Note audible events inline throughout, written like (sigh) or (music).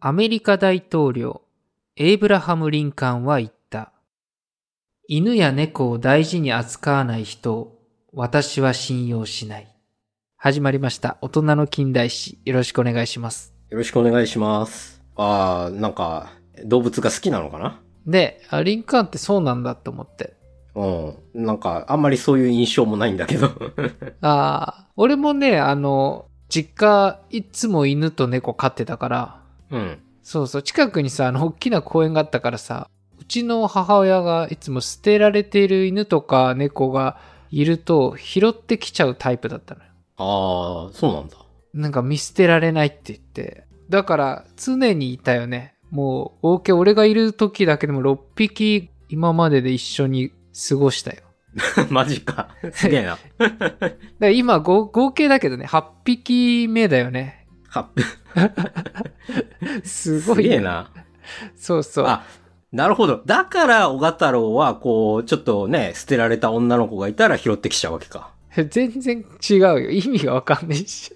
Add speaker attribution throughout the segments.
Speaker 1: アメリカ大統領、エイブラハム・リンカンは言った。犬や猫を大事に扱わない人を私は信用しない。始まりました。大人の近代史。よろしくお願いします。
Speaker 2: よろしくお願いします。あー、なんか、動物が好きなのかな
Speaker 1: で、あリンカーンってそうなんだと思って。
Speaker 2: うん。なんか、あんまりそういう印象もないんだけど。
Speaker 1: ああ、俺もね、あの、実家、いつも犬と猫飼ってたから。
Speaker 2: うん。
Speaker 1: そうそう、近くにさ、あの、大きな公園があったからさ、うちの母親がいつも捨てられている犬とか猫がいると拾ってきちゃうタイプだったのよ。
Speaker 2: ああ、そうなんだ。
Speaker 1: なんか見捨てられないって言って。だから常にいたよね。もう、合計俺がいる時だけでも6匹今までで一緒に過ごしたよ。
Speaker 2: (laughs) マジか。すげえ (laughs) な。
Speaker 1: だ今合計だけどね、8匹目だよね。
Speaker 2: 8
Speaker 1: すごい。
Speaker 2: すげえな。
Speaker 1: そうそう。
Speaker 2: あ、なるほど。だから、小太郎は、こう、ちょっとね、捨てられた女の子がいたら拾ってきちゃうわけか。
Speaker 1: 全然違うよ。意味がわかんないし。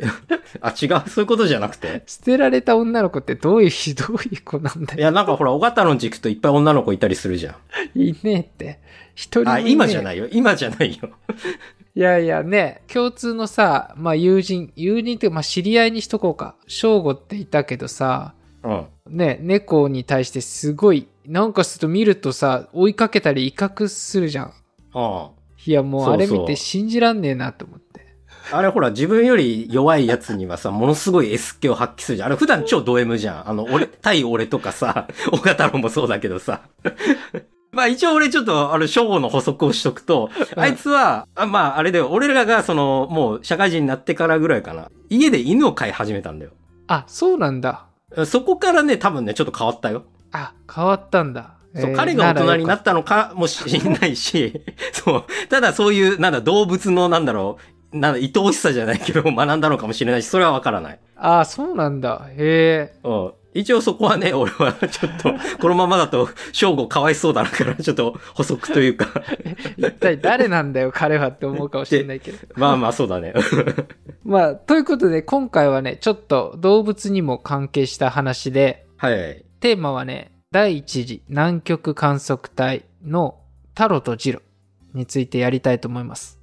Speaker 2: あ、違うそういうことじゃなく (laughs) て
Speaker 1: 捨てられた女の子ってどういう、ひどい子なんだよ。
Speaker 2: いや、なんかほら、小型の軸といっぱい女の子いたりするじゃ
Speaker 1: ん。いねえって。一人も
Speaker 2: あ、今じゃないよ。今じゃないよ。
Speaker 1: いやいやね、共通のさ、まあ友人、友人っていうか、まあ知り合いにしとこうか。正吾っていたけどさ、
Speaker 2: うん。
Speaker 1: ね、猫に対してすごい、なんかすると見るとさ、追いかけたり威嚇するじゃん。
Speaker 2: ああ。
Speaker 1: いや、もうあれ見て信じらんねえなと思って。
Speaker 2: あれほら、自分より弱いやつにはさ、ものすごい S 気を発揮するじゃん。あれ普段超ド M じゃん。あの、 (laughs) 俺、対俺とかさ、岡太郎もそうだけどさ。 (laughs) まあ一応俺ちょっと、あの、初号の補足をしとくと、あいつは、あまああれだよ、俺らがその、もう社会人になってからぐらいかな。家で犬を飼い始めたんだよ。
Speaker 1: あ、そうなんだ。
Speaker 2: そこからね、多分ね、ちょっと変わったよ。
Speaker 1: あ、変わったんだ。
Speaker 2: そう、えー、彼が大人になったのかもしれないし、 (laughs) そう、ただそういう、なんだ、動物の、なんだろう、なんだ、愛おしさじゃないけど、学んだのかもしれないし、それはわからない。
Speaker 1: ああ、そうなんだ。へ
Speaker 2: え。うん。一応そこはね、 (laughs) 俺はちょっと、このままだと、正吾かわいそうだなから、ちょっと補足というか
Speaker 1: 一体誰なんだよ、彼はって思うかもしれないけど。
Speaker 2: まあまあ、そうだね。
Speaker 1: まあ、ということで、今回はね、ちょっと動物にも関係した話で、
Speaker 2: はい。
Speaker 1: テーマはね、第1次南極観測隊のタロとジロについてやりたいと思います。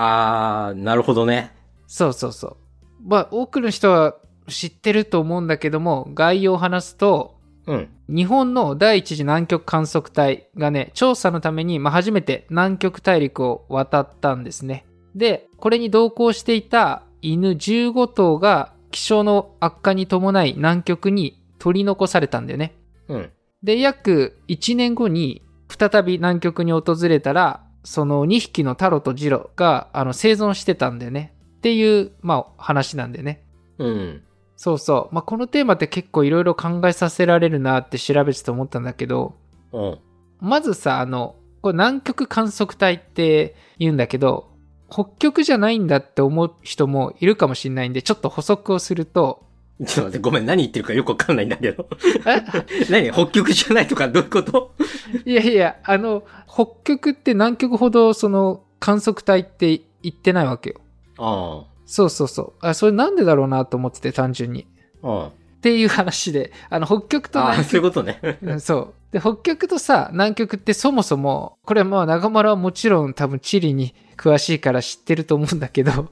Speaker 2: あー、なるほどね。
Speaker 1: そうそうそう。まあ、多くの人は知ってると思うんだけども、概要を話すと、
Speaker 2: うん、
Speaker 1: 日本の第1次南極観測隊がね、調査のために、まあ、初めて南極大陸を渡ったんですね。で、これに同行していた犬15頭が気象の悪化に伴い南極に取り残されたんだよね。
Speaker 2: うん、
Speaker 1: で、約1年後に再び南極に訪れたら、その2匹のタロとジロがあの生存してたんだよね。っていう、まあ、話なんだよね。
Speaker 2: うん。
Speaker 1: そうそう。まあ、このテーマって結構いろいろ考えさせられるなって調べてて思ったんだけど、
Speaker 2: うん。
Speaker 1: まずさ、あの、これ南極観測隊って言うんだけど、北極じゃないんだって思う人もいるかもしれないんで、ちょっと補足をすると、 (laughs)
Speaker 2: ちょっと待って、ごめん、何言ってるかよくわかんないんだけど。 (laughs) 何北極じゃないとかどういうこと
Speaker 1: いやいや、あの、北極って南極ほど、その、観測隊って行ってないわけよ。
Speaker 2: ああ。
Speaker 1: そうそうそう。あ、それなんでだろうなと思ってて、単純に。
Speaker 2: うん。って
Speaker 1: いう話で、あの、北極と
Speaker 2: 南極。あ、そういうこと
Speaker 1: (laughs)
Speaker 2: ね。(laughs)
Speaker 1: そう。で、北極とさ、南極ってそもそも、これまあ、長丸はもちろん多分地理に詳しいから知ってると思うんだけど。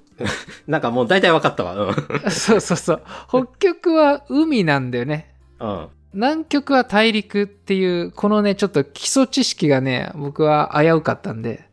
Speaker 2: なんかもう大体分かったわ。
Speaker 1: うん、 (laughs) そうそうそう。北極は海なんだよね。
Speaker 2: うん。
Speaker 1: 南極は大陸っていう、このね、ちょっと基礎知識がね、僕は危うかったんで。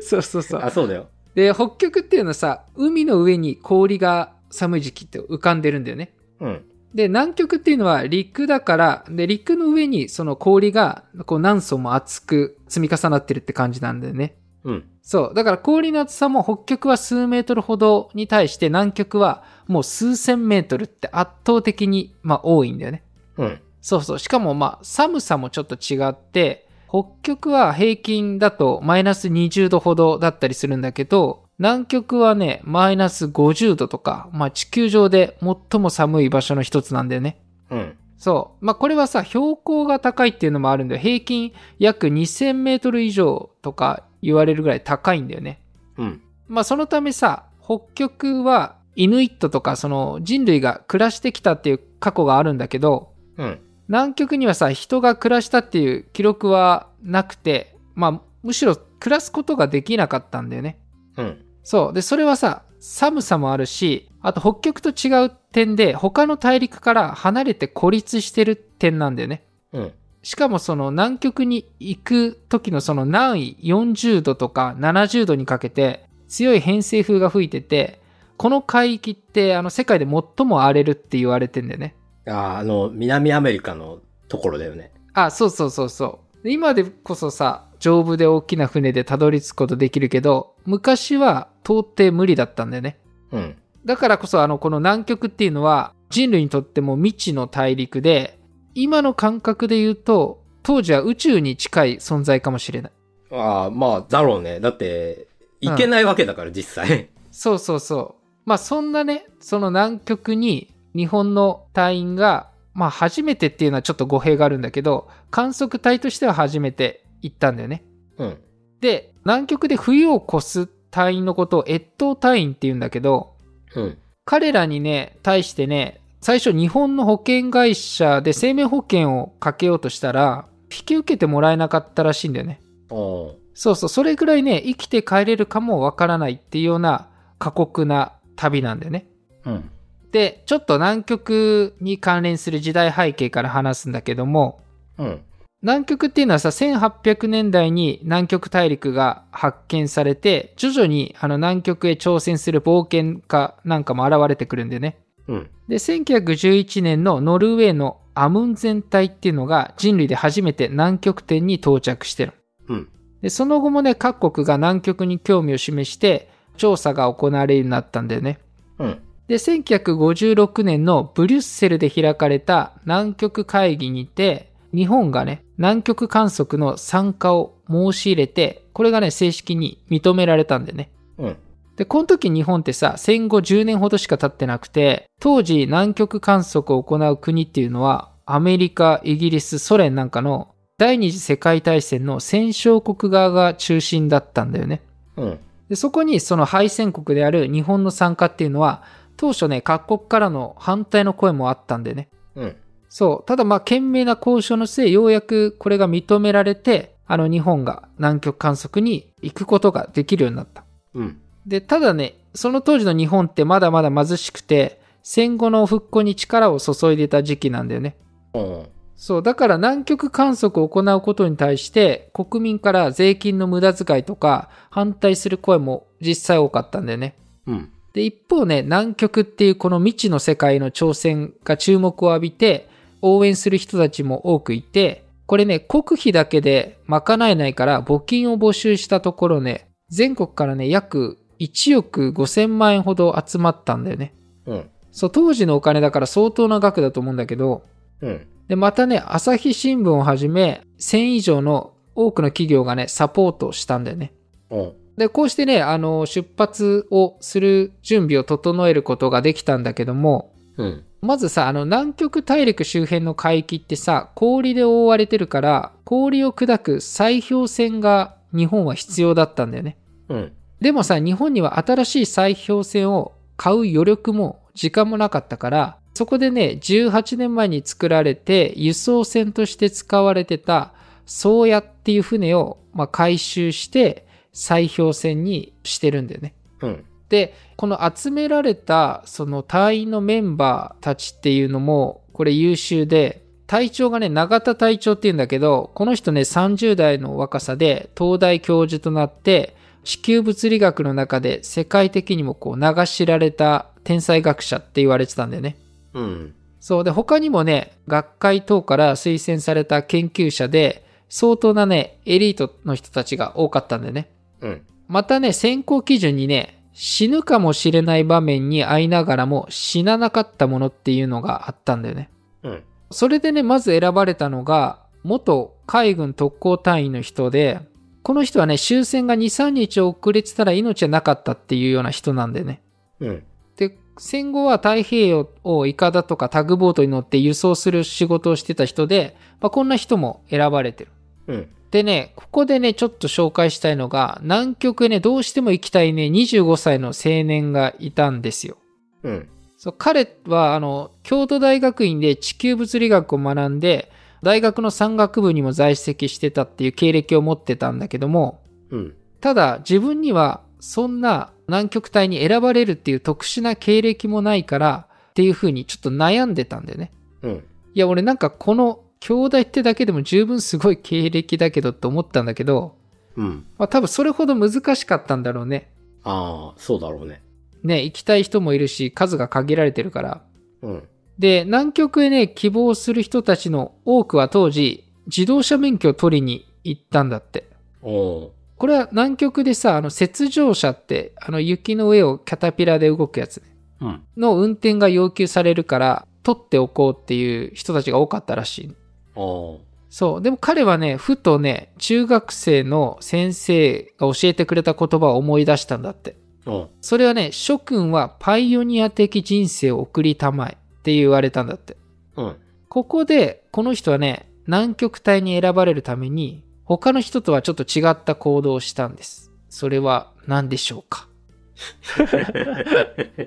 Speaker 1: そうそうそう。
Speaker 2: あ、そうだよ。
Speaker 1: で、北極っていうのはさ、海の上に氷が寒い時期って浮かんでるんだよね。
Speaker 2: うん。
Speaker 1: で、南極っていうのは陸だから、で、陸の上にその氷がこう何層も厚く積み重なってるって感じなんだよね。
Speaker 2: うん。
Speaker 1: そう。だから氷の厚さも北極は数メートルほどに対して南極はもう数千メートルって圧倒的に、まあ、多いんだよね。
Speaker 2: うん。
Speaker 1: そうそう。しかもまあ寒さもちょっと違って、北極は平均だとマイナス20度ほどだったりするんだけど、南極はね、マイナス50度とか、まあ地球上で最も寒い場所の一つなんだよね。
Speaker 2: うん。
Speaker 1: そう。まあこれはさ、標高が高いっていうのもあるんだよ。平均約2000メートル以上とか言われるぐらい高いんだよね。
Speaker 2: うん。
Speaker 1: まあそのためさ、北極はイヌイットとかその人類が暮らしてきたっていう過去があるんだけど、
Speaker 2: うん。
Speaker 1: 南極にはさ人が暮らしたっていう記録はなくて、まあ、むしろ暮らすことができなかったんだよね
Speaker 2: うん。
Speaker 1: そうでそれはさ寒さもあるしあと北極と違う点で他の大陸から離れて孤立してる点なんだよね
Speaker 2: うん。
Speaker 1: しかもその南極に行く時のその南緯40度とか70度にかけて強い偏西風が吹いててこの海域ってあの世界で最も荒れるって言われてんだよね
Speaker 2: ああ、あの、南アメリカのところだよね。
Speaker 1: あ、そうそうそうそう。で今でこそさ、丈夫で大きな船でたどり着くことできるけど、昔は到底無理だったんだよね。
Speaker 2: うん。
Speaker 1: だからこそ、あの、この南極っていうのは、人類にとっても未知の大陸で、今の感覚で言うと、当時は宇宙に近い存在かもしれない。
Speaker 2: ああ、まあ、だろうね。だって、行けないわけだから、実際。
Speaker 1: そうそうそう。まあそんなね、その南極に日本の隊員が、まあ初めてっていうのはちょっと語弊があるんだけど、観測隊としては初めて行ったんだよね。
Speaker 2: うん。
Speaker 1: で南極で冬を越す隊員のことを越冬隊員って言うんだけど
Speaker 2: うん。
Speaker 1: 彼らにね対してね最初日本の保険会社で生命保険をかけようとしたら引き受けてもらえなかったらしいんだよね
Speaker 2: お
Speaker 1: そうそうそれぐらいね生きて帰れるかもわからないっていうような過酷な旅なんだよね
Speaker 2: うん。
Speaker 1: でちょっと南極に関連する時代背景から話すんだけども
Speaker 2: うん。
Speaker 1: 南極っていうのはさ1800年代に南極大陸が発見されて徐々にあの南極へ挑戦する冒険家なんかも現れてくるんでね
Speaker 2: うん。
Speaker 1: で1911年のノルウェーのアムンゼン隊っていうのが人類で初めて南極点に到着してる
Speaker 2: うん。
Speaker 1: でその後もね各国が南極に興味を示して調査が行われるようになったんだよね
Speaker 2: うん。
Speaker 1: で、1956年のブリュッセルで開かれた南極会議にて、日本がね、南極観測の参加を申し入れて、これがね、正式に認められたんでね。
Speaker 2: うん。
Speaker 1: で、この時日本ってさ、戦後10年ほどしか経ってなくて、当時南極観測を行う国っていうのは、アメリカ、イギリス、ソ連なんかの第二次世界大戦の戦勝国側が中心だったんだよね。
Speaker 2: うん。
Speaker 1: でそこにその敗戦国である日本の参加っていうのは当初ね各国からの反対の声もあったんでね
Speaker 2: うん。
Speaker 1: そうただまあ懸命な交渉の末ようやくこれが認められてあの日本が南極観測に行くことができるようになった
Speaker 2: うん。
Speaker 1: でただねその当時の日本ってまだまだ貧しくて戦後の復興に力を注いでた時期なんだよね
Speaker 2: うん。
Speaker 1: そう、だから南極観測を行うことに対して、国民から税金の無駄遣いとか、反対する声も実際多かったんだよね。
Speaker 2: うん。
Speaker 1: で、一方ね、南極っていうこの未知の世界の挑戦が注目を浴びて、応援する人たちも多くいて、これね、国費だけで賄えないから募金を募集したところね、全国からね、約1億5000万円ほど集まったんだよね。
Speaker 2: うん。
Speaker 1: そう、当時のお金だから相当な額だと思うんだけど、
Speaker 2: うん。
Speaker 1: で、またね、朝日新聞をはじめ、1000以上の多くの企業がね、サポートしたんだよね。
Speaker 2: うん。
Speaker 1: で、こうしてね、あの、出発をする準備を整えることができたんだけども、
Speaker 2: うん。
Speaker 1: まずさ、あの、南極大陸周辺の海域ってさ、氷で覆われてるから、氷を砕く砕氷船が日本は必要だったんだよね。
Speaker 2: うん。
Speaker 1: でもさ、日本には新しい砕氷船を買う余力も時間もなかったから、そこでね、18年前に作られて輸送船として使われてた、宗谷っていう船を、まあ、回収して、砕氷船にしてるんだよね。
Speaker 2: うん。
Speaker 1: で、この集められた、その隊員のメンバーたちっていうのも、これ優秀で、隊長がね、永田隊長っていうんだけど、この人ね、30代の若さで、東大教授となって、地球物理学の中で世界的にもこう名が知られた天才学者って言われてたんだよね。
Speaker 2: うん。
Speaker 1: そうで、他にもね、学会等から推薦された研究者で、相当なね、エリートの人たちが多かったんだよね。
Speaker 2: うん。
Speaker 1: またね、選考基準にね、死ぬかもしれない場面に遭いながらも死ななかったものっていうのがあったんだよね。
Speaker 2: うん。
Speaker 1: それでね、まず選ばれたのが、元海軍特攻隊員の人で、この人はね、終戦が2、3日遅れてたら命はなかったっていうような人なんでね。
Speaker 2: うん。
Speaker 1: で、戦後は太平洋をイカダとかタグボートに乗って輸送する仕事をしてた人で、まあ、こんな人も選ばれてる。
Speaker 2: うん。
Speaker 1: でね、ここでね、ちょっと紹介したいのが、南極へね、どうしても行きたいね、25歳の青年がいたんですよ。
Speaker 2: うん。
Speaker 1: そう彼はあの京都大学院で地球物理学を学んで大学の山岳部にも在籍してたっていう経歴を持ってたんだけども
Speaker 2: うん。
Speaker 1: ただ自分にはそんな南極帯に選ばれるっていう特殊な経歴もないからっていうふうにちょっと悩んでたんだよね
Speaker 2: うん。
Speaker 1: いや俺なんかこの兄弟ってだけでも十分すごい経歴だけどって思ったんだけど、
Speaker 2: うん。
Speaker 1: まあ、多分それほど難しかったんだろうね
Speaker 2: ああ、そうだろうね。
Speaker 1: ね行きたい人もいるし数が限られてるから
Speaker 2: うん。
Speaker 1: で、南極へね、希望する人たちの多くは当時、自動車免許を取りに行ったんだって。
Speaker 2: おお
Speaker 1: これは南極でさ、あの、雪上車って、あの、雪の上をキャタピラで動くやつね
Speaker 2: ー。うん。
Speaker 1: の運転が要求されるから、取っておこうっていう人たちが多かったらしい。
Speaker 2: おお
Speaker 1: そう。でも彼はね、ふとね、中学生の先生が教えてくれた言葉を思い出したんだって。
Speaker 2: ー。お
Speaker 1: それはね、諸君はパイオニア的人生を送りたまえって言われたんだって。
Speaker 2: ー (laughs) うん。
Speaker 1: ここで、この人はね、南極帯に選ばれるために、他の人とはちょっと違った行動をしたんです。それは何でしょうか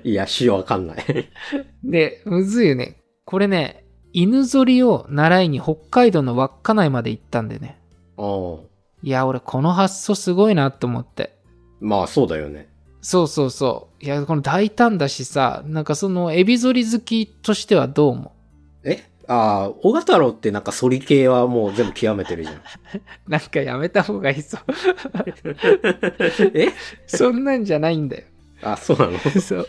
Speaker 2: いや、しようわかんない。
Speaker 1: で、むずいよね。これね、犬ぞりを習いに北海道の稚内まで行ったんでね。
Speaker 2: おお
Speaker 1: いや、俺この発想すごいなと思って。
Speaker 2: ー。まあ、そうだよね。
Speaker 1: そうそうそう。いや、この大胆だしさ、なんかそのエビぞり好きとしてはどうも。
Speaker 2: えああ、小太郎ってなんか反り系はもう全部極めてるじゃん。
Speaker 1: なんかやめた方がいいぞ。
Speaker 2: え
Speaker 1: そんなんじゃないんだよ。
Speaker 2: あ、そうなの
Speaker 1: (laughs) そう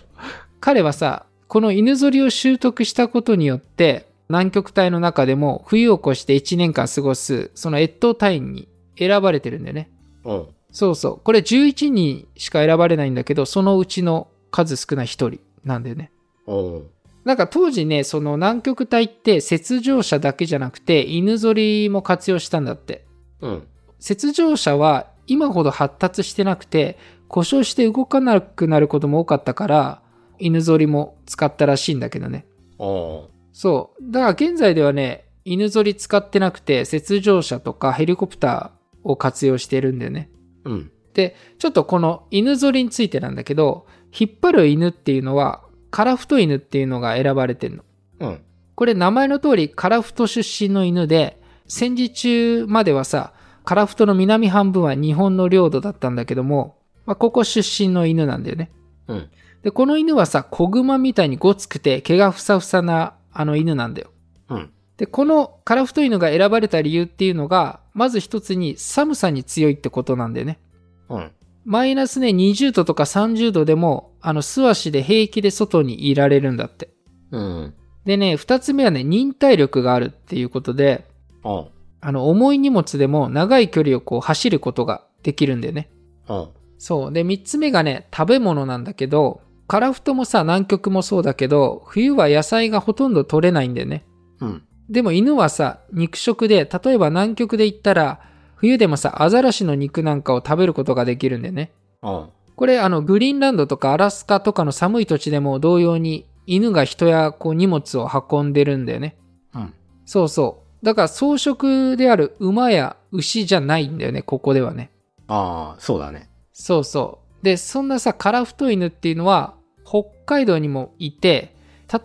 Speaker 1: 彼はさこの犬ぞりを習得したことによって南極帯の中でも冬を越して1年間過ごすその越冬隊員に選ばれてるんだよね
Speaker 2: うん。
Speaker 1: そうそうこれ11人しか選ばれないんだけどそのうちの数少ない1人なんだよね
Speaker 2: うん。
Speaker 1: なんか当時ねその南極帯って雪上車だけじゃなくて犬ぞりも活用したんだって
Speaker 2: うん。
Speaker 1: 雪上車は今ほど発達してなくて故障して動かなくなることも多かったから犬ぞりも使ったらしいんだけどね
Speaker 2: お
Speaker 1: そうだから現在ではね犬ぞり使ってなくて雪上車とかヘリコプターを活用してるんだよね
Speaker 2: ー。うん。
Speaker 1: ちょっとこの犬ぞりについてなんだけど引っ張る犬っていうのはカラフト犬っていうのが選ばれてるの
Speaker 2: うん。
Speaker 1: これ名前の通りカラフト出身の犬で戦時中まではさカラフトの南半分は日本の領土だったんだけども、まあ、ここ出身の犬なんだよね
Speaker 2: うん。
Speaker 1: でこの犬はさ子熊みたいにごつくて毛がふさふさなあの犬なんだよ
Speaker 2: うん。
Speaker 1: でこのカラフト犬が選ばれた理由っていうのがまず一つに寒さに強いってことなんだよね
Speaker 2: うん。
Speaker 1: マイナスね20度とか30度でもあの素足で平気で外にいられるんだって
Speaker 2: うん。
Speaker 1: でね、二つ目はね、忍耐力があるっていうことで、
Speaker 2: うん。
Speaker 1: あの、重い荷物でも長い距離をこう走ることができるんだよね。
Speaker 2: うん。
Speaker 1: そう。で、三つ目がね、食べ物なんだけど、カラフトもさ、南極もそうだけど、冬は野菜がほとんど取れないんだよね。
Speaker 2: うん。
Speaker 1: でも犬はさ、肉食で、例えば南極で行ったら、冬でもさ、アザラシの肉なんかを食べることができるんだよね。
Speaker 2: うん。
Speaker 1: これ、あの、グリーンランドとかアラスカとかの寒い土地でも同様に、犬が人やこう荷物を運んでるんだよね。
Speaker 2: うん。
Speaker 1: そうそう。だから草食である馬や牛じゃないんだよね、ここではね。
Speaker 2: ああ、そうだね。
Speaker 1: そうそう。で、そんなさ、カラフト犬っていうのは、北海道にもいて、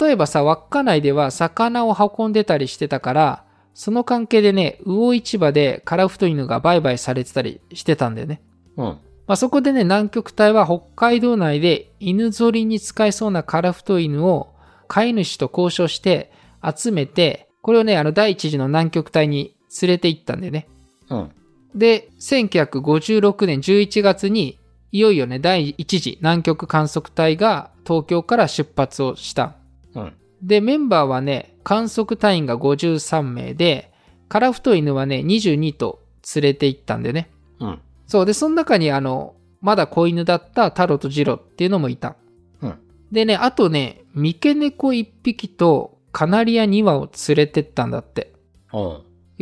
Speaker 1: 例えばさ、稚内では魚を運んでたりしてたから、その関係でね、魚市場でカラフト犬が売買されてたりしてたんだよね。
Speaker 2: うん。
Speaker 1: まあ、そこでね、南極帯は北海道内で犬ぞりに使えそうなカラフト犬を飼い主と交渉して集めて、これをね、あの第一次の南極帯に連れて行ったんだよね。
Speaker 2: うん。
Speaker 1: で、1956年11月に、いよいよね、第一次南極観測隊が東京から出発をした。
Speaker 2: うん。
Speaker 1: で、メンバーはね、観測隊員が53名で、カラフト犬はね、22と連れて行ったんだよね。
Speaker 2: うん。
Speaker 1: そう。で、その中に、あの、まだ子犬だったタロとジロっていうのもいた。
Speaker 2: うん
Speaker 1: でね、あとね、三毛猫1匹とカナリア2羽を連れてったんだって。
Speaker 2: うん。
Speaker 1: い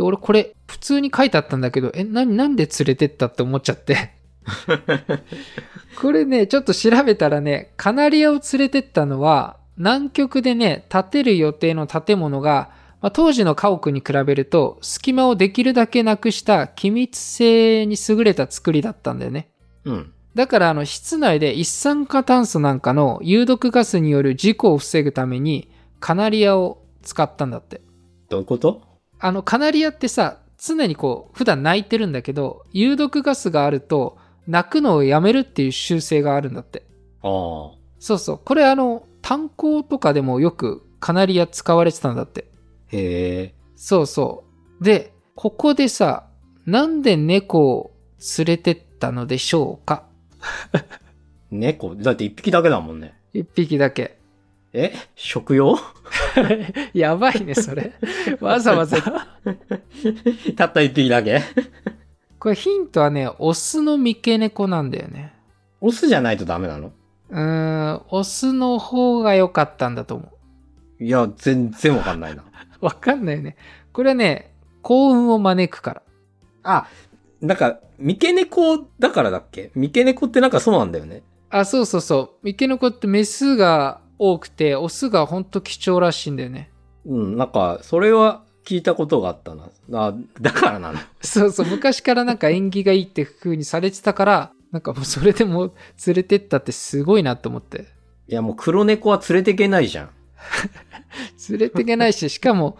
Speaker 1: や俺これ普通に書いてあったんだけど、え、な、なんで連れてったって思っちゃって。これね、ちょっと調べたらね、カナリアを連れてったのは、南極でね、建てる予定の建物が、まあ、当時の家屋に比べると、隙間をできるだけなくした機密性に優れた作りだったんだよね。
Speaker 2: うん。
Speaker 1: だから、あの、室内で一酸化炭素なんかの有毒ガスによる事故を防ぐために、カナリアを使ったんだって。
Speaker 2: どういうこと
Speaker 1: あの、カナリアってさ、常にこう、普段泣いてるんだけど、有毒ガスがあると、泣くのをやめるっていう習性があるんだって。
Speaker 2: ああ。
Speaker 1: そうそう。これあの、炭鉱とかでもよくカナリア使われてたんだって。
Speaker 2: へえ。
Speaker 1: そうそう。で、ここでさ、なんで猫を連れてったのでしょうか
Speaker 2: 猫、だって一匹だけだもんね。
Speaker 1: 一匹だけ。
Speaker 2: え食用 (laughs)
Speaker 1: やばいね、それ。わざわざ。
Speaker 2: たった一匹だけ
Speaker 1: これヒントはね、オスの三毛猫なんだよね。
Speaker 2: オスじゃないとダメなの
Speaker 1: うーん、オスの方が良かったんだと思
Speaker 2: いや、全然わかんないな。
Speaker 1: う。わかんないよね。これはね、幸運を招くから。
Speaker 2: あ、なんか、三毛猫だからだっけ三毛猫ってなんかそうなんだよね。
Speaker 1: あ、そうそうそう。三毛猫ってメスが多くて、オスがほんと貴重らしいんだよね。
Speaker 2: うん、なんか、それは聞いたことがあったな。あ、だからなの。
Speaker 1: そうそう、昔からなんか縁起がいいって風にされてたから、なんかもうそれでも連れてったってすごいなと思って。
Speaker 2: いや、もう黒猫は連れてけないじゃん。
Speaker 1: 連れてけないし、しかも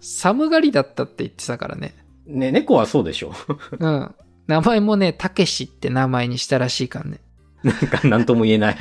Speaker 1: 寒がりだったって言ってたからね。
Speaker 2: ね、猫はそうでしょ (laughs)
Speaker 1: うん。名前もね、たけしって名前にしたらしいからね。
Speaker 2: なんか、なんとも言えない。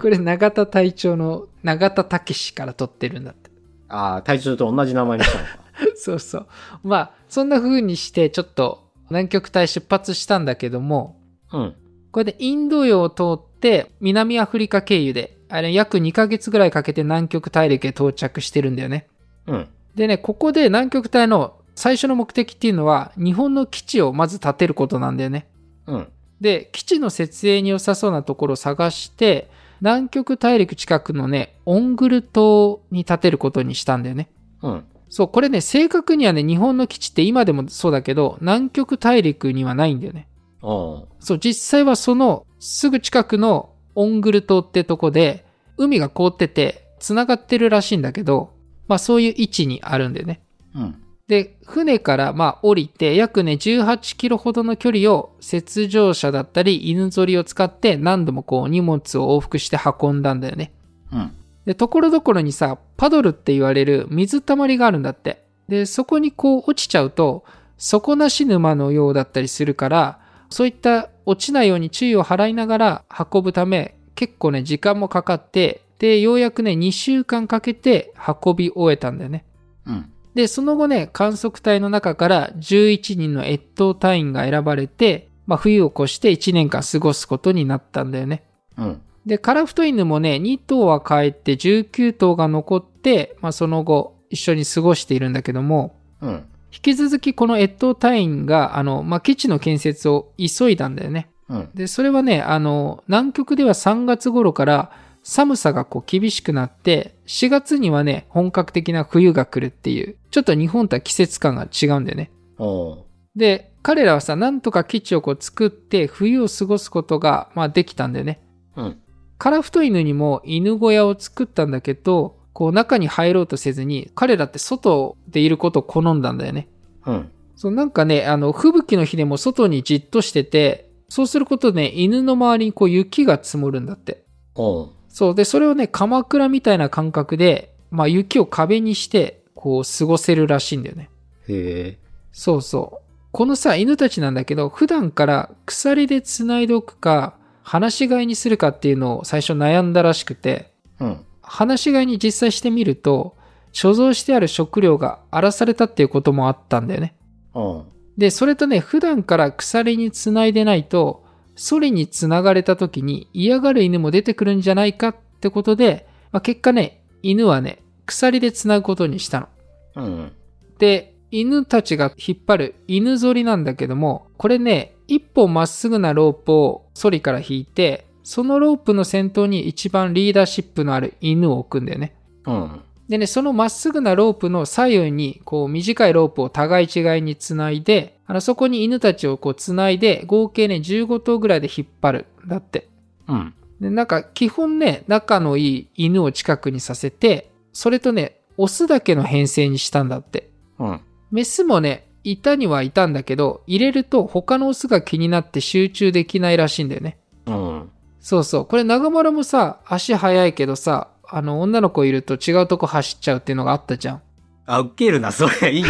Speaker 1: これ永田隊長の永田たけしから取ってるんだって。
Speaker 2: ああ、隊長と同じ名前にしたのか。
Speaker 1: (laughs) そうそう。まあ、そんな風にしてちょっと南極帯出発したんだけども、
Speaker 2: うん。
Speaker 1: これでインド洋を通って南アフリカ経由で、あれ約2ヶ月ぐらいかけて南極大陸へ到着してるんだよね。
Speaker 2: うん。
Speaker 1: でね、ここで南極帯の最初の目的っていうのは日本の基地をまず建てることなんだよね。
Speaker 2: うん。
Speaker 1: で、基地の設営に良さそうなところを探して、南極大陸近くのね、オングル島に建てることにしたんだよね。
Speaker 2: うん。
Speaker 1: そう、これね、正確にはね、日本の基地って今でもそうだけど、南極大陸にはないんだよね。
Speaker 2: うん。
Speaker 1: そう、実際はそのすぐ近くのオングル島ってとこで、海が凍ってて、繋がってるらしいんだけど、まあそういう位置にあるんだよね。
Speaker 2: うん。
Speaker 1: で、船からまあ降りて、約ね、18キロほどの距離を雪上車だったり、犬ぞりを使って何度もこう荷物を往復して運んだんだよね。
Speaker 2: うん。
Speaker 1: で、ところどころにさ、パドルって言われる水たまりがあるんだって。で、そこにこう落ちちゃうと、底なし沼のようだったりするから、そういった落ちないように注意を払いながら運ぶため、結構ね、時間もかかって、で、ようやくね、2週間かけて運び終えたんだよね。
Speaker 2: うん。
Speaker 1: で、その後ね、観測隊の中から11人の越冬隊員が選ばれて、まあ、冬を越して1年間過ごすことになったんだよね。
Speaker 2: うん。
Speaker 1: で、カラフト犬もね、2頭は帰って19頭が残って、まあ、その後一緒に過ごしているんだけども、
Speaker 2: うん。
Speaker 1: 引き続きこの越冬隊員が、あの、まあ、基地の建設を急いだんだよね。
Speaker 2: うん。
Speaker 1: で、それはね、あの、南極では3月頃から寒さがこう厳しくなって、4月にはね、本格的な冬が来るっていう、ちょっと日本とは季節感が違うんだよね。
Speaker 2: お
Speaker 1: で、彼らはさ、なんとか基地をこう作って冬を過ごすことが、まあ、できたんだよね。
Speaker 2: うん。
Speaker 1: カラフト犬にも犬小屋を作ったんだけど、こう中に入ろうとせずに、彼らって外でいることを好んだんだよね。
Speaker 2: うん。
Speaker 1: そうなんかね、あの、吹雪の日でも外にじっとしてて、そうすることでね、犬の周りにこう雪が積もるんだって。
Speaker 2: おう。
Speaker 1: そう。で、それをね、鎌倉みたいな感覚で、まあ雪を壁にして、こう過ごせるらしいんだよね。
Speaker 2: へえ。
Speaker 1: そうそう。このさ、犬たちなんだけど、普段から鎖で繋いでおくか、放し飼いにするかっていうのを最初悩んだらしくて、
Speaker 2: うん。
Speaker 1: 放し飼いに実際してみると、所蔵してある食料が荒らされたっていうこともあったんだよね。
Speaker 2: おう。
Speaker 1: で、それとね、普段から鎖に繋いでないと、ソリに繋がれた時に嫌がる犬も出てくるんじゃないかってことで、まあ、結果ね、犬はね、鎖で繋ぐことにしたの。
Speaker 2: うん。
Speaker 1: で、犬たちが引っ張る犬ぞりなんだけども、これね、一本まっすぐなロープをソリから引いて、そのロープの先頭に一番リーダーシップのある犬を置くんだよね。
Speaker 2: うん。
Speaker 1: でね、そのまっすぐなロープの左右に、こう短いロープを互い違いにつないで、あの、そこに犬たちをこうつないで、合計ね、15頭ぐらいで引っ張る。だって。
Speaker 2: うん。
Speaker 1: で、なんか、基本ね、仲のいい犬を近くにさせて、それとね、オスだけの編成にしたんだって。
Speaker 2: うん。
Speaker 1: メスもね、いたにはいたんだけど、入れると他のオスが気になって集中できないらしいんだよね。
Speaker 2: うん。
Speaker 1: そうそう。これ、長丸もさ、足速いけどさ、あの、女の子いると違うとこ走っちゃうっていうのがあったじゃん。
Speaker 2: あ、ウケるな、それ。いいね。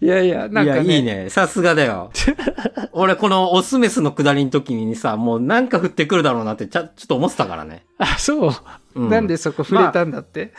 Speaker 1: いやいや、なんか
Speaker 2: いや、
Speaker 1: ね。
Speaker 2: いいね。さすが
Speaker 1: (laughs)
Speaker 2: だよ。俺、このオスメスの下りの時にさ、もうなんか降ってくるだろうなってちゃ、ちょっと思ってたからね。
Speaker 1: あ、そう。
Speaker 2: う
Speaker 1: なんでそこ触れたんだって。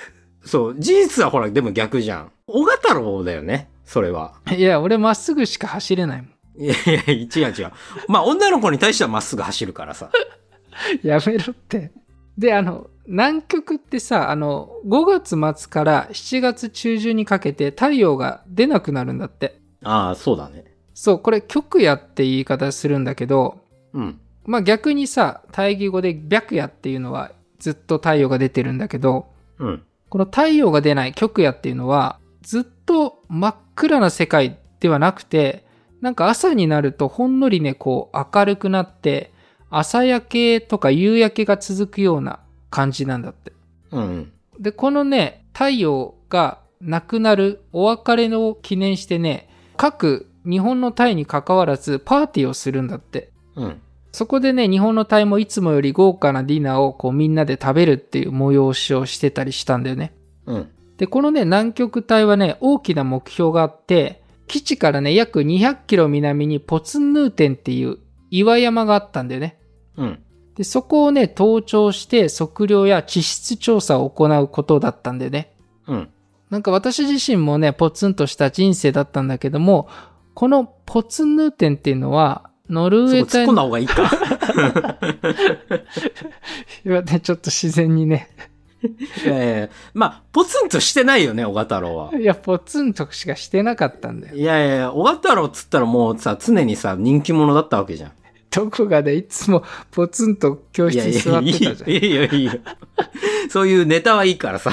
Speaker 2: そう。事実はほら、でも逆じゃん。小賀太郎だよね。それは。
Speaker 1: いや、俺、まっすぐしか走れないもん。
Speaker 2: いやいや、違う違う。まあ、女の子に対してはまっすぐ走るからさ。
Speaker 1: (laughs) やめろって。で、あの、南極ってさ、あの、5月末から7月中旬にかけて太陽が出なくなるんだって。
Speaker 2: ああ、そうだね。
Speaker 1: そう、これ極夜って言い方するんだけど、
Speaker 2: うん。
Speaker 1: まあ逆にさ、大義語で白夜っていうのはずっと太陽が出てるんだけど、
Speaker 2: うん。
Speaker 1: この太陽が出ない極夜っていうのは、ずっと真っ暗な世界ではなくて、なんか朝になるとほんのりね、こう明るくなって、朝焼けとか夕焼けが続くような感じなんだって。
Speaker 2: うん。
Speaker 1: で、このね、太陽がなくなるお別れを記念してね、各日本のタイに関わらずパーティーをするんだって。
Speaker 2: うん。
Speaker 1: そこでね、日本のタイもいつもより豪華なディナーをこうみんなで食べるっていう催しをしてたりしたんだよね。
Speaker 2: うん。
Speaker 1: で、このね、南極帯はね、大きな目標があって、基地からね、約200キロ南にポツンヌーテンっていう岩山があったんだよね。
Speaker 2: うん。
Speaker 1: で、そこをね、登頂して測量や地質調査を行うことだったんだよね。
Speaker 2: うん。
Speaker 1: なんか私自身もね、ポツンとした人生だったんだけども、このポツンヌーテンっていうのは、ノルウ
Speaker 2: そこ
Speaker 1: ェー
Speaker 2: 突っ
Speaker 1: 隊
Speaker 2: 込
Speaker 1: の、
Speaker 2: んだ方がいいか。
Speaker 1: 今ね、ちょっと自然にね、
Speaker 2: いやいやいやまあ、ポツンとしてないよね、小賀太郎は。
Speaker 1: いや、ポツンとしかしてなかったんだよ。
Speaker 2: いやいやいや、小賀太郎っつったらもうさ、常にさ、人気者だったわけじゃん。
Speaker 1: どこがで、いつもポツンと教
Speaker 2: い
Speaker 1: 室
Speaker 2: やい
Speaker 1: に
Speaker 2: や
Speaker 1: 座っ
Speaker 2: いい
Speaker 1: てたじゃん。
Speaker 2: いいよ、いいよ。そういうネタはいいからさ。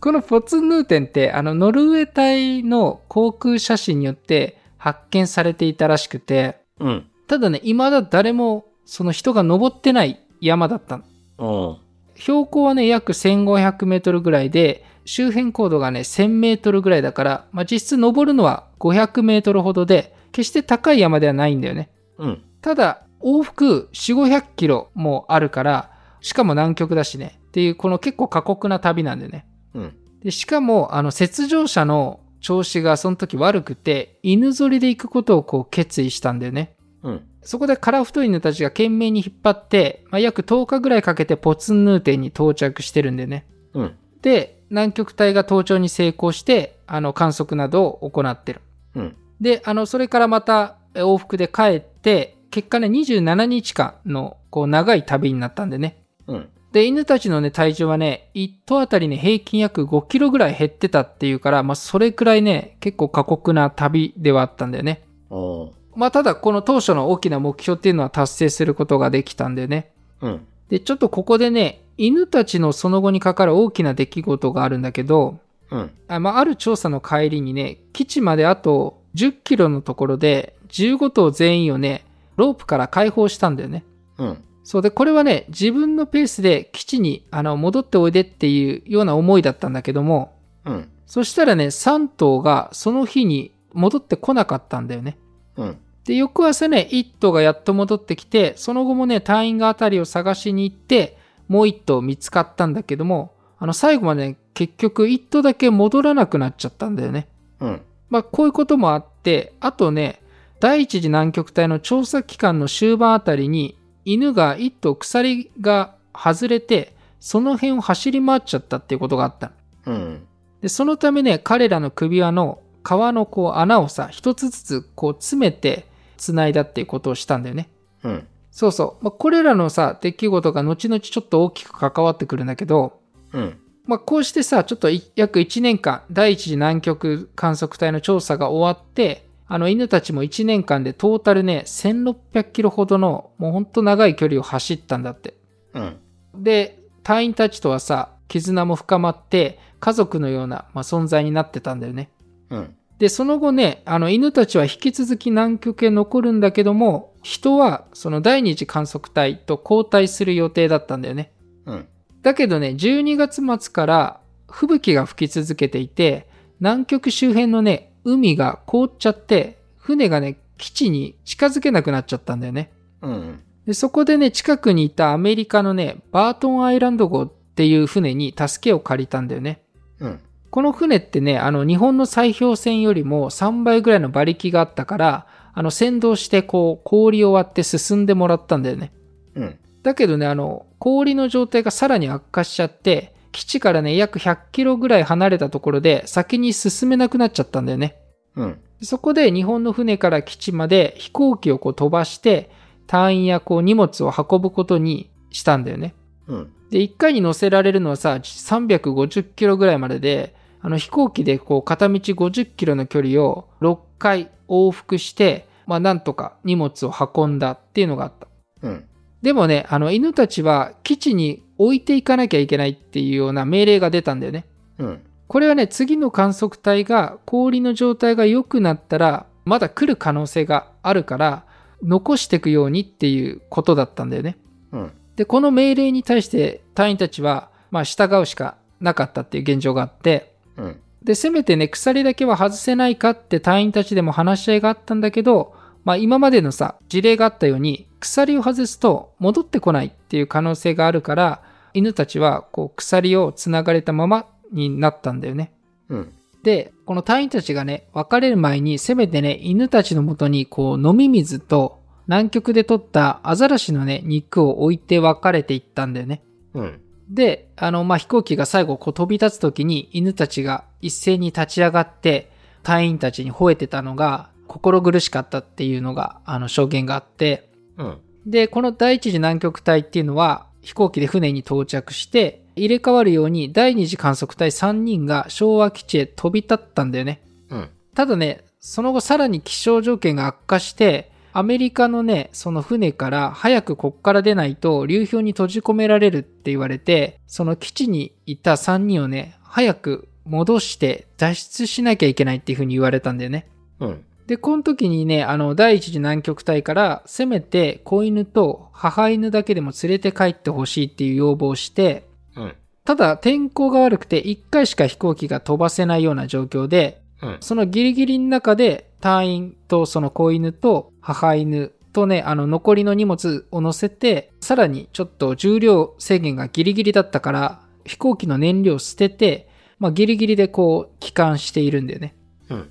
Speaker 1: このポツンヌーテンって、あの、ノルウェー隊の航空写真によって発見されていたらしくて、
Speaker 2: うん。
Speaker 1: ただね、未だ誰も、その人が登ってない山だったの。
Speaker 2: うん。
Speaker 1: 標高はね、約1500メートルぐらいで、周辺高度がね、1000メートルぐらいだから、まあ、実質登るのは500メートルほどで、決して高い山ではないんだよね。
Speaker 2: うん。
Speaker 1: ただ、往復4、500キロもあるから、しかも南極だしね、っていう、この結構過酷な旅なんでね。
Speaker 2: うん。
Speaker 1: で、しかも、あの、雪上車の調子がその時悪くて、犬ぞりで行くことをこう決意したんだよね。
Speaker 2: うん。
Speaker 1: そこでカラフト犬たちが懸命に引っ張って、まあ、約10日ぐらいかけてポツンヌーテンに到着してるんでね。
Speaker 2: うん。
Speaker 1: で、南極帯が登頂に成功して、あの、観測などを行ってる。
Speaker 2: うん。
Speaker 1: で、あの、それからまたえ往復で帰って、結果ね、27日間の、こう、長い旅になったんでね。
Speaker 2: うん。
Speaker 1: で、犬たちのね、体重はね、1頭あたりね、平均約5キロぐらい減ってたっていうから、まあ、それくらいね、結構過酷な旅ではあったんだよね。
Speaker 2: おー
Speaker 1: まあ、ただこの当初の大きな目標っていうのは達成することができたんだよね。
Speaker 2: うん。
Speaker 1: で、ちょっとここでね、犬たちのその後にかかる大きな出来事があるんだけど、
Speaker 2: うん。
Speaker 1: あまあ、ある調査の帰りにね、基地まであと10キロのところで15頭全員をね、ロープから解放したんだよね。
Speaker 2: うん。
Speaker 1: そうで、これはね、自分のペースで基地にあの戻っておいでっていうような思いだったんだけども、
Speaker 2: うん。
Speaker 1: そしたらね、3頭がその日に戻ってこなかったんだよね。
Speaker 2: うん。
Speaker 1: で、翌朝ね、1頭がやっと戻ってきて、その後もね、隊員があたりを探しに行って、もう1頭見つかったんだけども、あの、最後まで、ね、結局1頭だけ戻らなくなっちゃったんだよね。
Speaker 2: うん。
Speaker 1: まあ、こういうこともあって、あとね、第一次南極帯の調査期間の終盤あたりに、犬が1頭鎖が外れて、その辺を走り回っちゃったっていうことがあったの。
Speaker 2: うん。
Speaker 1: で、そのためね、彼らの首輪の皮のこう穴をさ、一つずつこう詰めて繋いだっていうことをしたんだよね。
Speaker 2: うん。
Speaker 1: そうそう。まあ、これらのさ、出来事が後々ちょっと大きく関わってくるんだけど、
Speaker 2: うん。
Speaker 1: まあ、こうしてさ、ちょっとい約1年間、第一次南極観測隊の調査が終わって、あの犬たちも1年間でトータルね、1600キロほどの、もうほんと長い距離を走ったんだって。
Speaker 2: うん。
Speaker 1: で、隊員たちとはさ、絆も深まって、家族のような、まあ、存在になってたんだよね。
Speaker 2: うん。
Speaker 1: で、その後ね、あの、犬たちは引き続き南極へ残るんだけども、人はその第二次観測隊と交代する予定だったんだよね。
Speaker 2: うん。
Speaker 1: だけどね、12月末から吹雪が吹き続けていて、南極周辺のね、海が凍っちゃって、船がね、基地に近づけなくなっちゃったんだよね。
Speaker 2: うん。
Speaker 1: で、そこでね、近くにいたアメリカのね、バートンアイランド号っていう船に助けを借りたんだよね。
Speaker 2: うん。
Speaker 1: この船ってね、あの、日本の砕氷船よりも3倍ぐらいの馬力があったから、あの、先導してこう、氷を割って進んでもらったんだよね。
Speaker 2: うん。
Speaker 1: だけどね、あの、氷の状態がさらに悪化しちゃって、基地からね、約100キロぐらい離れたところで先に進めなくなっちゃったんだよね。
Speaker 2: うん。
Speaker 1: そこで日本の船から基地まで飛行機をこう飛ばして、隊員やこう荷物を運ぶことにしたんだよね。
Speaker 2: うん。
Speaker 1: で、1回に乗せられるのはさ、350キロぐらいまでで、あの飛行機でこう片道50キロの距離を6回往復して、まあなんとか荷物を運んだっていうのがあった。
Speaker 2: うん。
Speaker 1: でもね、あの犬たちは基地に置いていかなきゃいけないっていうような命令が出たんだよね。
Speaker 2: うん。
Speaker 1: これはね、次の観測隊が氷の状態が良くなったら、まだ来る可能性があるから、残していくようにっていうことだったんだよね。
Speaker 2: うん。
Speaker 1: で、この命令に対して隊員たちは、まあ従うしかなかったっていう現状があって、
Speaker 2: うん。
Speaker 1: で、せめてね、鎖だけは外せないかって隊員たちでも話し合いがあったんだけど、まあ今までのさ、事例があったように、鎖を外すと戻ってこないっていう可能性があるから、犬たちはこう鎖をつながれたままになったんだよね。
Speaker 2: うん。
Speaker 1: で、この隊員たちがね、別れる前に、せめてね、犬たちのもとに、こう、飲み水と、南極で取ったアザラシのね、肉を置いて別れていったんだよね。
Speaker 2: うん。
Speaker 1: で、あの、まあ、飛行機が最後、こう、飛び立つ時に、犬たちが一斉に立ち上がって、隊員たちに吠えてたのが、心苦しかったっていうのが、あの、証言があって、
Speaker 2: うん。
Speaker 1: で、この第一次南極隊っていうのは、飛行機で船に到着して、入れ替わるように第二次観測隊3人が昭和基地へ飛び立ったんだよね。
Speaker 2: うん。
Speaker 1: ただね、その後さらに気象条件が悪化して、アメリカのね、その船から早くこっから出ないと流氷に閉じ込められるって言われて、その基地にいた3人をね、早く戻して脱出しなきゃいけないっていうふうに言われたんだよね。
Speaker 2: うん。
Speaker 1: で、この時にね、あの、第一次南極隊から、せめて子犬と母犬だけでも連れて帰ってほしいっていう要望をして、
Speaker 2: うん。
Speaker 1: ただ天候が悪くて1回しか飛行機が飛ばせないような状況で、
Speaker 2: うん。
Speaker 1: そのギリギリの中で隊員とその子犬と母犬とね、あの残りの荷物を乗せて、さらにちょっと重量制限がギリギリだったから、飛行機の燃料を捨てて、まあギリギリでこう帰還しているんだよね。
Speaker 2: うん。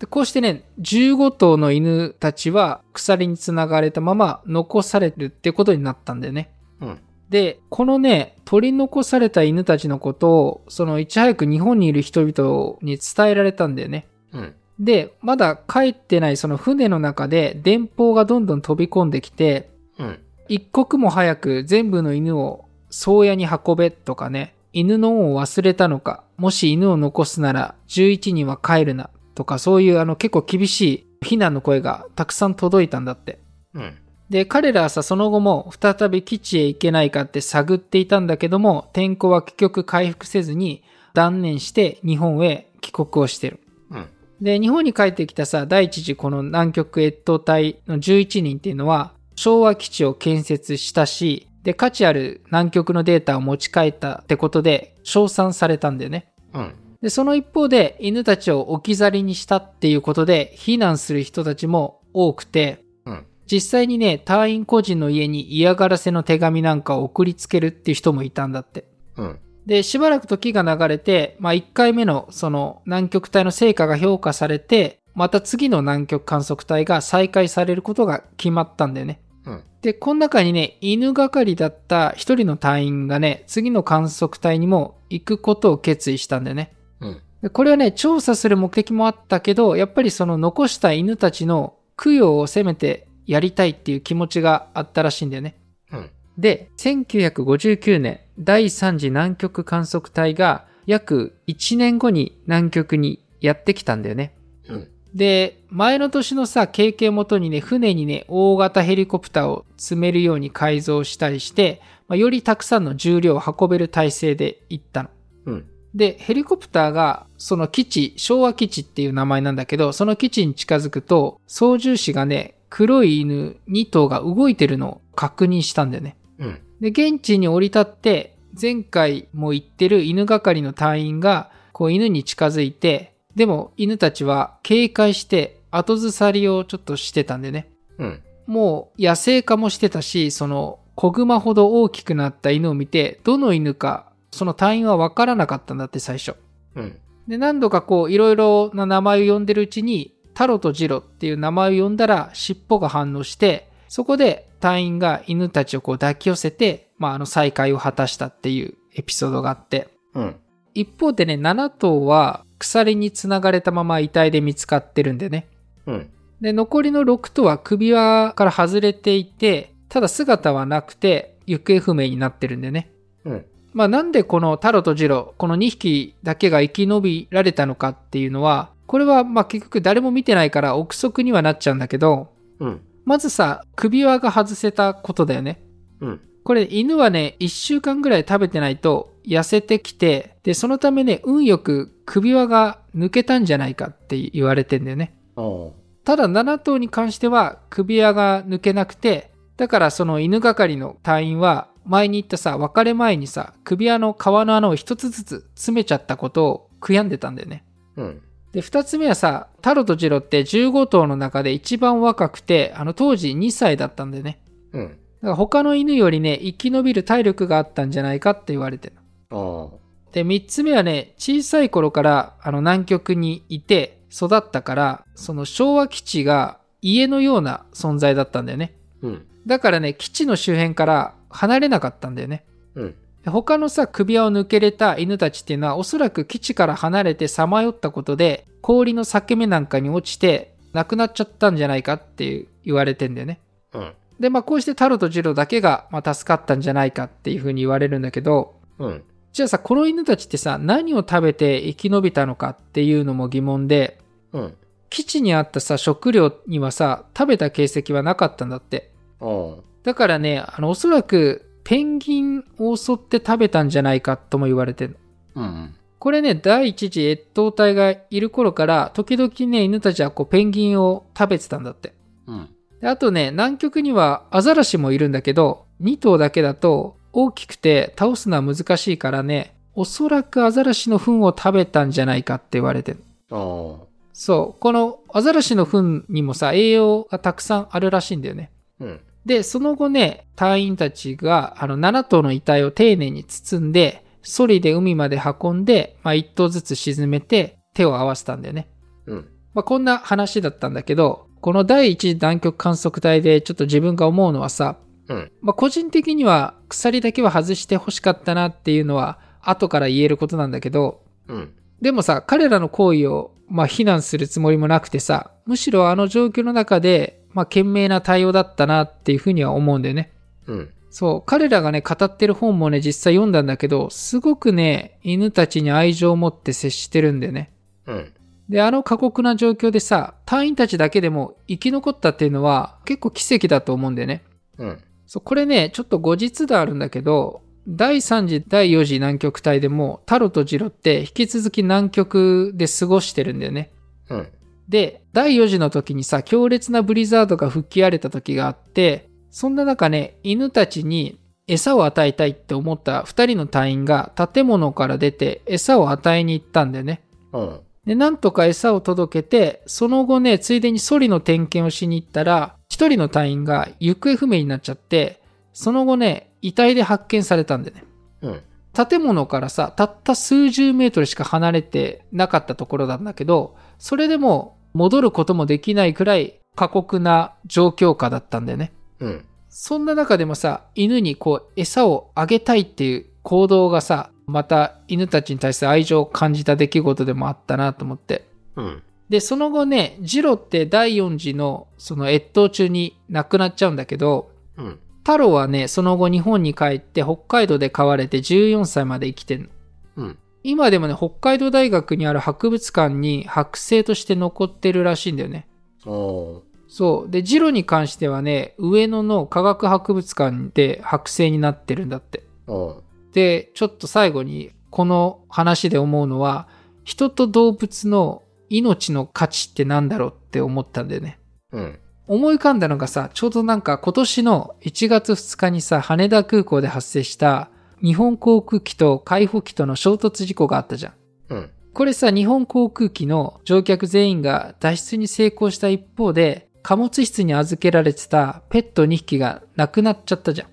Speaker 1: でこうしてね、15頭の犬たちは鎖につながれたまま残されるってことになったんだよね。
Speaker 2: うん。
Speaker 1: で、このね、取り残された犬たちのことを、そのいち早く日本にいる人々に伝えられたんだよね。
Speaker 2: うん。
Speaker 1: で、まだ帰ってないその船の中で電報がどんどん飛び込んできて、
Speaker 2: うん。
Speaker 1: 一刻も早く全部の犬を宗谷に運べとかね、犬の恩を忘れたのか、もし犬を残すなら11人は帰るなとか、そういうあの結構厳しい非難の声がたくさん届いたんだって。
Speaker 2: うん。
Speaker 1: で、彼らはさ、その後も再び基地へ行けないかって探っていたんだけども、天候は結局回復せずに断念して日本へ帰国をしてる。
Speaker 2: うん。
Speaker 1: で、日本に帰ってきたさ、第一次この南極越冬隊の11人っていうのは、昭和基地を建設したし、で、価値ある南極のデータを持ち帰ったってことで、称賛されたんだよね。
Speaker 2: うん。
Speaker 1: で、その一方で、犬たちを置き去りにしたっていうことで、避難する人たちも多くて、
Speaker 2: うん。
Speaker 1: 実際にね、隊員個人の家に嫌がらせの手紙なんかを送りつけるっていう人もいたんだって。
Speaker 2: うん。
Speaker 1: で、しばらく時が流れて、まあ、1回目のその南極帯の成果が評価されて、また次の南極観測隊が再開されることが決まったんだよね。
Speaker 2: うん。
Speaker 1: で、この中にね、犬係だった一人の隊員がね、次の観測隊にも行くことを決意したんだよね。
Speaker 2: うん。
Speaker 1: でこれはね、調査する目的もあったけど、やっぱりその残した犬たちの供養をせめてやりたいっていう気持ちがあったらしいんだよね。
Speaker 2: うん。
Speaker 1: で、1959年、第3次南極観測隊が約1年後に南極にやってきたんだよね。
Speaker 2: うん。
Speaker 1: で、前の年のさ、経験をもとにね、船にね、大型ヘリコプターを積めるように改造したりして、まあ、よりたくさんの重量を運べる体制で行ったの。
Speaker 2: うん。
Speaker 1: で、ヘリコプターが、その基地、昭和基地っていう名前なんだけど、その基地に近づくと、操縦士がね、黒い犬2頭が動いてるのを確認したんだよね。
Speaker 2: うん。
Speaker 1: で、現地に降り立って、前回も言ってる犬係の隊員が、こう犬に近づいて、でも犬たちは警戒して後ずさりをちょっとしてたんでね。
Speaker 2: うん。
Speaker 1: もう野生化もしてたし、その子熊ほど大きくなった犬を見て、どの犬か、その隊員は分からなかったんだって最初。
Speaker 2: うん。
Speaker 1: で、何度かこう、いろいろな名前を呼んでるうちに、タロとジロっていう名前を呼んだら、尻尾が反応して、そこで隊員が犬たちをこう抱き寄せて、まあ、あの再会を果たしたっていうエピソードがあって。
Speaker 2: うん。
Speaker 1: 一方でね、7頭は鎖につながれたまま遺体で見つかってるんでね。
Speaker 2: うん。
Speaker 1: で、残りの6頭は首輪から外れていて、ただ姿はなくて、行方不明になってるんでね。
Speaker 2: うん。
Speaker 1: まあなんでこのタロとジロ、この2匹だけが生き延びられたのかっていうのは、これはまあ結局誰も見てないから憶測にはなっちゃうんだけど、
Speaker 2: うん。
Speaker 1: まずさ、首輪が外せたことだよね。
Speaker 2: うん。
Speaker 1: これ犬はね、1週間ぐらい食べてないと痩せてきて、で、そのためね、運よく首輪が抜けたんじゃないかって言われてんだよね。
Speaker 2: おう
Speaker 1: ただ7頭に関しては首輪が抜けなくて、だからその犬係の隊員は前に言ったさ、別れ前にさ、首輪の皮の穴を一つずつ詰めちゃったことを悔やんでたんだよね。
Speaker 2: うん。
Speaker 1: で、二つ目はさ、タロとジロって15頭の中で一番若くて、あの当時2歳だったんだよね。
Speaker 2: うん。
Speaker 1: だから他の犬よりね、生き延びる体力があったんじゃないかって言われてる。
Speaker 2: おう
Speaker 1: で、三つ目はね、小さい頃から、あの、南極にいて育ったから、その昭和基地が家のような存在だったんだよね。
Speaker 2: うん。
Speaker 1: だからね、基地の周辺から離れなかったんだよね。
Speaker 2: うん。
Speaker 1: で他のさ、首輪を抜けれた犬たちっていうのは、おそらく基地から離れてさまよったことで、氷の裂け目なんかに落ちて、亡くなっちゃったんじゃないかっていう言われてんだよね。
Speaker 2: うん。
Speaker 1: で、まあ、こうしてタロとジロだけが、まあ、助かったんじゃないかっていうふうに言われるんだけど、
Speaker 2: うん。
Speaker 1: じゃあさ、この犬たちってさ、何を食べて生き延びたのかっていうのも疑問で、
Speaker 2: うん。
Speaker 1: 基地にあったさ、食料にはさ、食べた形跡はなかったんだって。
Speaker 2: おう
Speaker 1: だからね、あの、おそらく、ペンギンを襲って食べたんじゃないかとも言われてる。
Speaker 2: うん。
Speaker 1: これね、第一次越冬隊がいる頃から、時々ね、犬たちはこう、ペンギンを食べてたんだって。
Speaker 2: うん。
Speaker 1: であとね、南極にはアザラシもいるんだけど、2頭だけだと大きくて倒すのは難しいからね、おそらくアザラシの糞を食べたんじゃないかって言われてる。
Speaker 2: おう
Speaker 1: そう、このアザラシの糞にもさ、栄養がたくさんあるらしいんだよね。
Speaker 2: うん。
Speaker 1: で、その後ね、隊員たちが、あの、7頭の遺体を丁寧に包んで、ソリで海まで運んで、まあ、1頭ずつ沈めて、手を合わせたんだよね。
Speaker 2: うん。
Speaker 1: まあ、こんな話だったんだけど、この第一次南極観測隊でちょっと自分が思うのはさ、
Speaker 2: うん
Speaker 1: まあ、個人的には鎖だけは外して欲しかったなっていうのは後から言えることなんだけど、
Speaker 2: うん。
Speaker 1: でもさ、彼らの行為を、まあ、非難するつもりもなくてさ、むしろあの状況の中で、まあ、賢明な対応だったなっていうふうには思うんだよね。
Speaker 2: うん。
Speaker 1: そう、彼らがね、語ってる本もね、実際読んだんだけど、すごくね、犬たちに愛情を持って接してるんだよね。
Speaker 2: うん。
Speaker 1: で、あの過酷な状況でさ、隊員たちだけでも生き残ったっていうのは結構奇跡だと思うんだよね。
Speaker 2: うん。
Speaker 1: そう、これね、ちょっと後日であるんだけど、第3次、第4次南極帯でも、タロとジロって引き続き南極で過ごしてるんだよね。
Speaker 2: うん。
Speaker 1: で、第4次の時にさ、強烈なブリザードが吹き荒れた時があって、そんな中ね、犬たちに餌を与えたいって思った2人の隊員が建物から出て餌を与えに行ったんだよね。
Speaker 2: うん。
Speaker 1: で、なんとか餌を届けて、その後ね、ついでにソリの点検をしに行ったら、一人の隊員が行方不明になっちゃって、その後ね、遺体で発見されたんでね。
Speaker 2: うん。
Speaker 1: 建物からさ、たった数十メートルしか離れてなかったところなんだけど、それでも戻ることもできないくらい過酷な状況下だったんだよね。
Speaker 2: うん。
Speaker 1: そんな中でもさ、犬にこう餌をあげたいっていう行動がさ、また犬たちに対する愛情を感じた出来事でもあったなと思って。
Speaker 2: うん。
Speaker 1: で、その後ね、ジロって第4次のその越冬中に亡くなっちゃうんだけど、
Speaker 2: うん。
Speaker 1: 太郎はね、その後日本に帰って北海道で飼われて14歳まで生きてんの。
Speaker 2: うん。
Speaker 1: 今でもね、北海道大学にある博物館に剥製として残ってるらしいんだよね。
Speaker 2: おう
Speaker 1: そう。で、ジロに関してはね、上野の科学博物館で剥製になってるんだって。
Speaker 2: おう
Speaker 1: で、ちょっと最後に、この話で思うのは、人と動物の命の価値ってなんだろうって思ったんだよね。
Speaker 2: うん。
Speaker 1: 思い浮かんだのがさ、ちょうどなんか今年の1月2日にさ、羽田空港で発生した日本航空機と海保機との衝突事故があったじゃん。
Speaker 2: うん。
Speaker 1: これさ、日本航空機の乗客全員が脱出に成功した一方で、貨物室に預けられてたペット2匹が亡くなっちゃったじゃ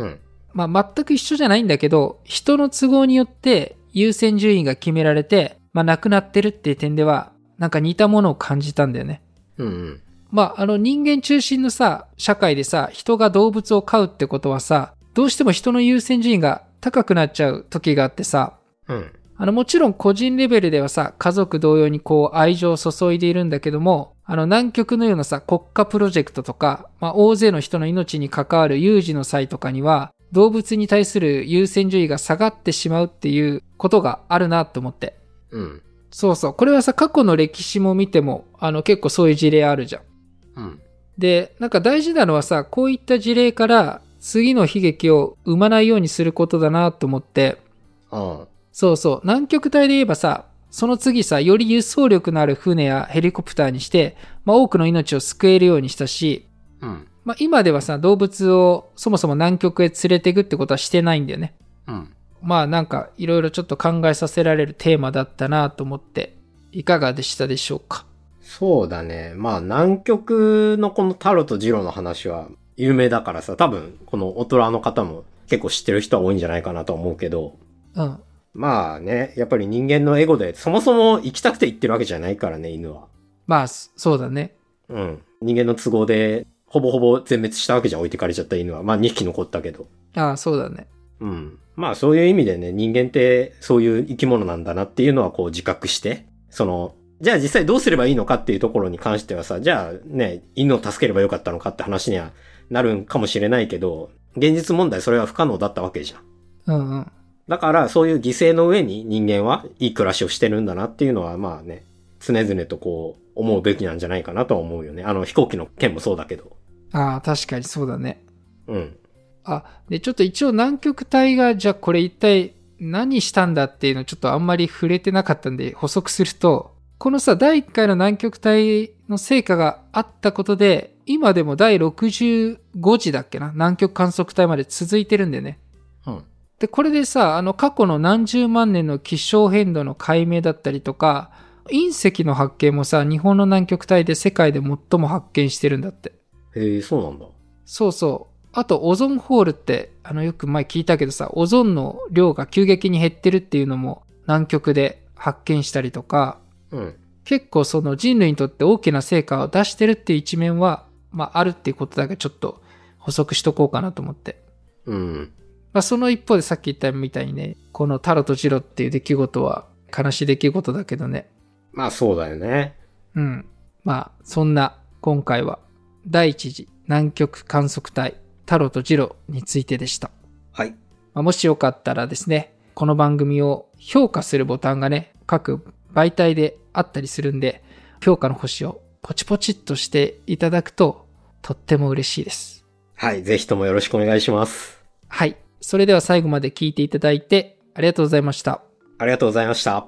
Speaker 1: ん。
Speaker 2: うん。
Speaker 1: まあ、全く一緒じゃないんだけど、人の都合によって優先順位が決められて、まあ、亡くなってるっていう点では、なんか似たものを感じたんだよね。
Speaker 2: うんうん。
Speaker 1: まあ、あの人間中心のさ、社会でさ、人が動物を飼うってことはさ、どうしても人の優先順位が高くなっちゃう時があってさ、
Speaker 2: うん。
Speaker 1: あの、もちろん個人レベルではさ、家族同様にこう愛情を注いでいるんだけども、あの、南極のようなさ、国家プロジェクトとか、まあ、大勢の人の命に関わる有事の際とかには、動物に対する優先順位が下がってしまうっていうことがあるなと思って。
Speaker 2: うん。
Speaker 1: そうそう。これはさ、過去の歴史も見ても、あの、結構そういう事例あるじゃん。
Speaker 2: うん。
Speaker 1: で、なんか大事なのはさ、こういった事例から、次の悲劇を生まないようにすることだなと思って、
Speaker 2: あ
Speaker 1: そうそう。南極帯で言えばさ、その次さ、より輸送力のある船やヘリコプターにして、まあ多くの命を救えるようにしたし、
Speaker 2: あ。うん。
Speaker 1: まあ今ではさ、動物をそもそも南極へ連れていくってことはしてないんだよね。
Speaker 2: うん。
Speaker 1: まあなんかいろいろちょっと考えさせられるテーマだったなと思って、いかがでしたでしょうか。
Speaker 2: そうだね。まあ、南極のこのタロとジロの話は有名だからさ、多分、この大人の方も結構知ってる人は多いんじゃないかなとは思うけど、
Speaker 1: うん。
Speaker 2: まあね、やっぱり人間のエゴで、そもそも行きたくて行ってるわけじゃないからね、犬は。
Speaker 1: まあ、そそうだね。
Speaker 2: うん。人間の都合で、ほぼほぼ全滅したわけじゃん、置いてかれちゃった犬は。まあ、2匹残ったけど。
Speaker 1: ああ、そうだね。
Speaker 2: うん。まあそういう意味でね、人間ってそういう生き物なんだなっていうのはこう自覚して、その、じゃあ実際どうすればいいのかっていうところに関してはさ、じゃあね、犬を助ければよかったのかって話にはなるんかもしれないけど、現実問題それは不可能だったわけじゃん。
Speaker 1: うんうん。
Speaker 2: だからそういう犠牲の上に人間はいい暮らしをしてるんだなっていうのはまあね、常々とこう思うべきなんじゃないかなとは思うよね。あの飛行機の件もそうだけど。
Speaker 1: ああ、確かにそうだね。
Speaker 2: うん。
Speaker 1: あ、で、ちょっと一応南極帯が、じゃあこれ一体何したんだっていうのちょっとあんまり触れてなかったんで補足すると、このさ、第1回の南極帯の成果があったことで、今でも第65次だっけな南極観測隊まで続いてるんでね。
Speaker 2: うん。
Speaker 1: で、これでさ、あの過去の何十万年の気象変動の解明だったりとか、隕石の発見もさ、日本の南極帯で世界で最も発見してるんだって。
Speaker 2: へえ、そうなんだ。
Speaker 1: そうそう。あと、オゾンホールって、あの、よく前聞いたけどさ、オゾンの量が急激に減ってるっていうのも南極で発見したりとか、
Speaker 2: うん。
Speaker 1: 結構その人類にとって大きな成果を出してるっていう一面は、まあ、あるっていうことだけちょっと補足しとこうかなと思って。
Speaker 2: うん。
Speaker 1: まあ、その一方でさっき言ったみたいにね、このタロとジロっていう出来事は悲しい出来事だけどね。
Speaker 2: まあそうだよね。
Speaker 1: うん。まあ、そんな今回は第一次南極観測隊タロとジロについてでした。
Speaker 2: はい。
Speaker 1: まあもしよかったらですね、この番組を評価するボタンがね、各媒体であったりするんで、評価の星をポチポチっとしていただくと、とっても嬉しいです。
Speaker 2: はい、ぜひともよろしくお願いします。
Speaker 1: はい。それでは最後まで聞いていただいて、ありがとうございました。
Speaker 2: ありがとうございました。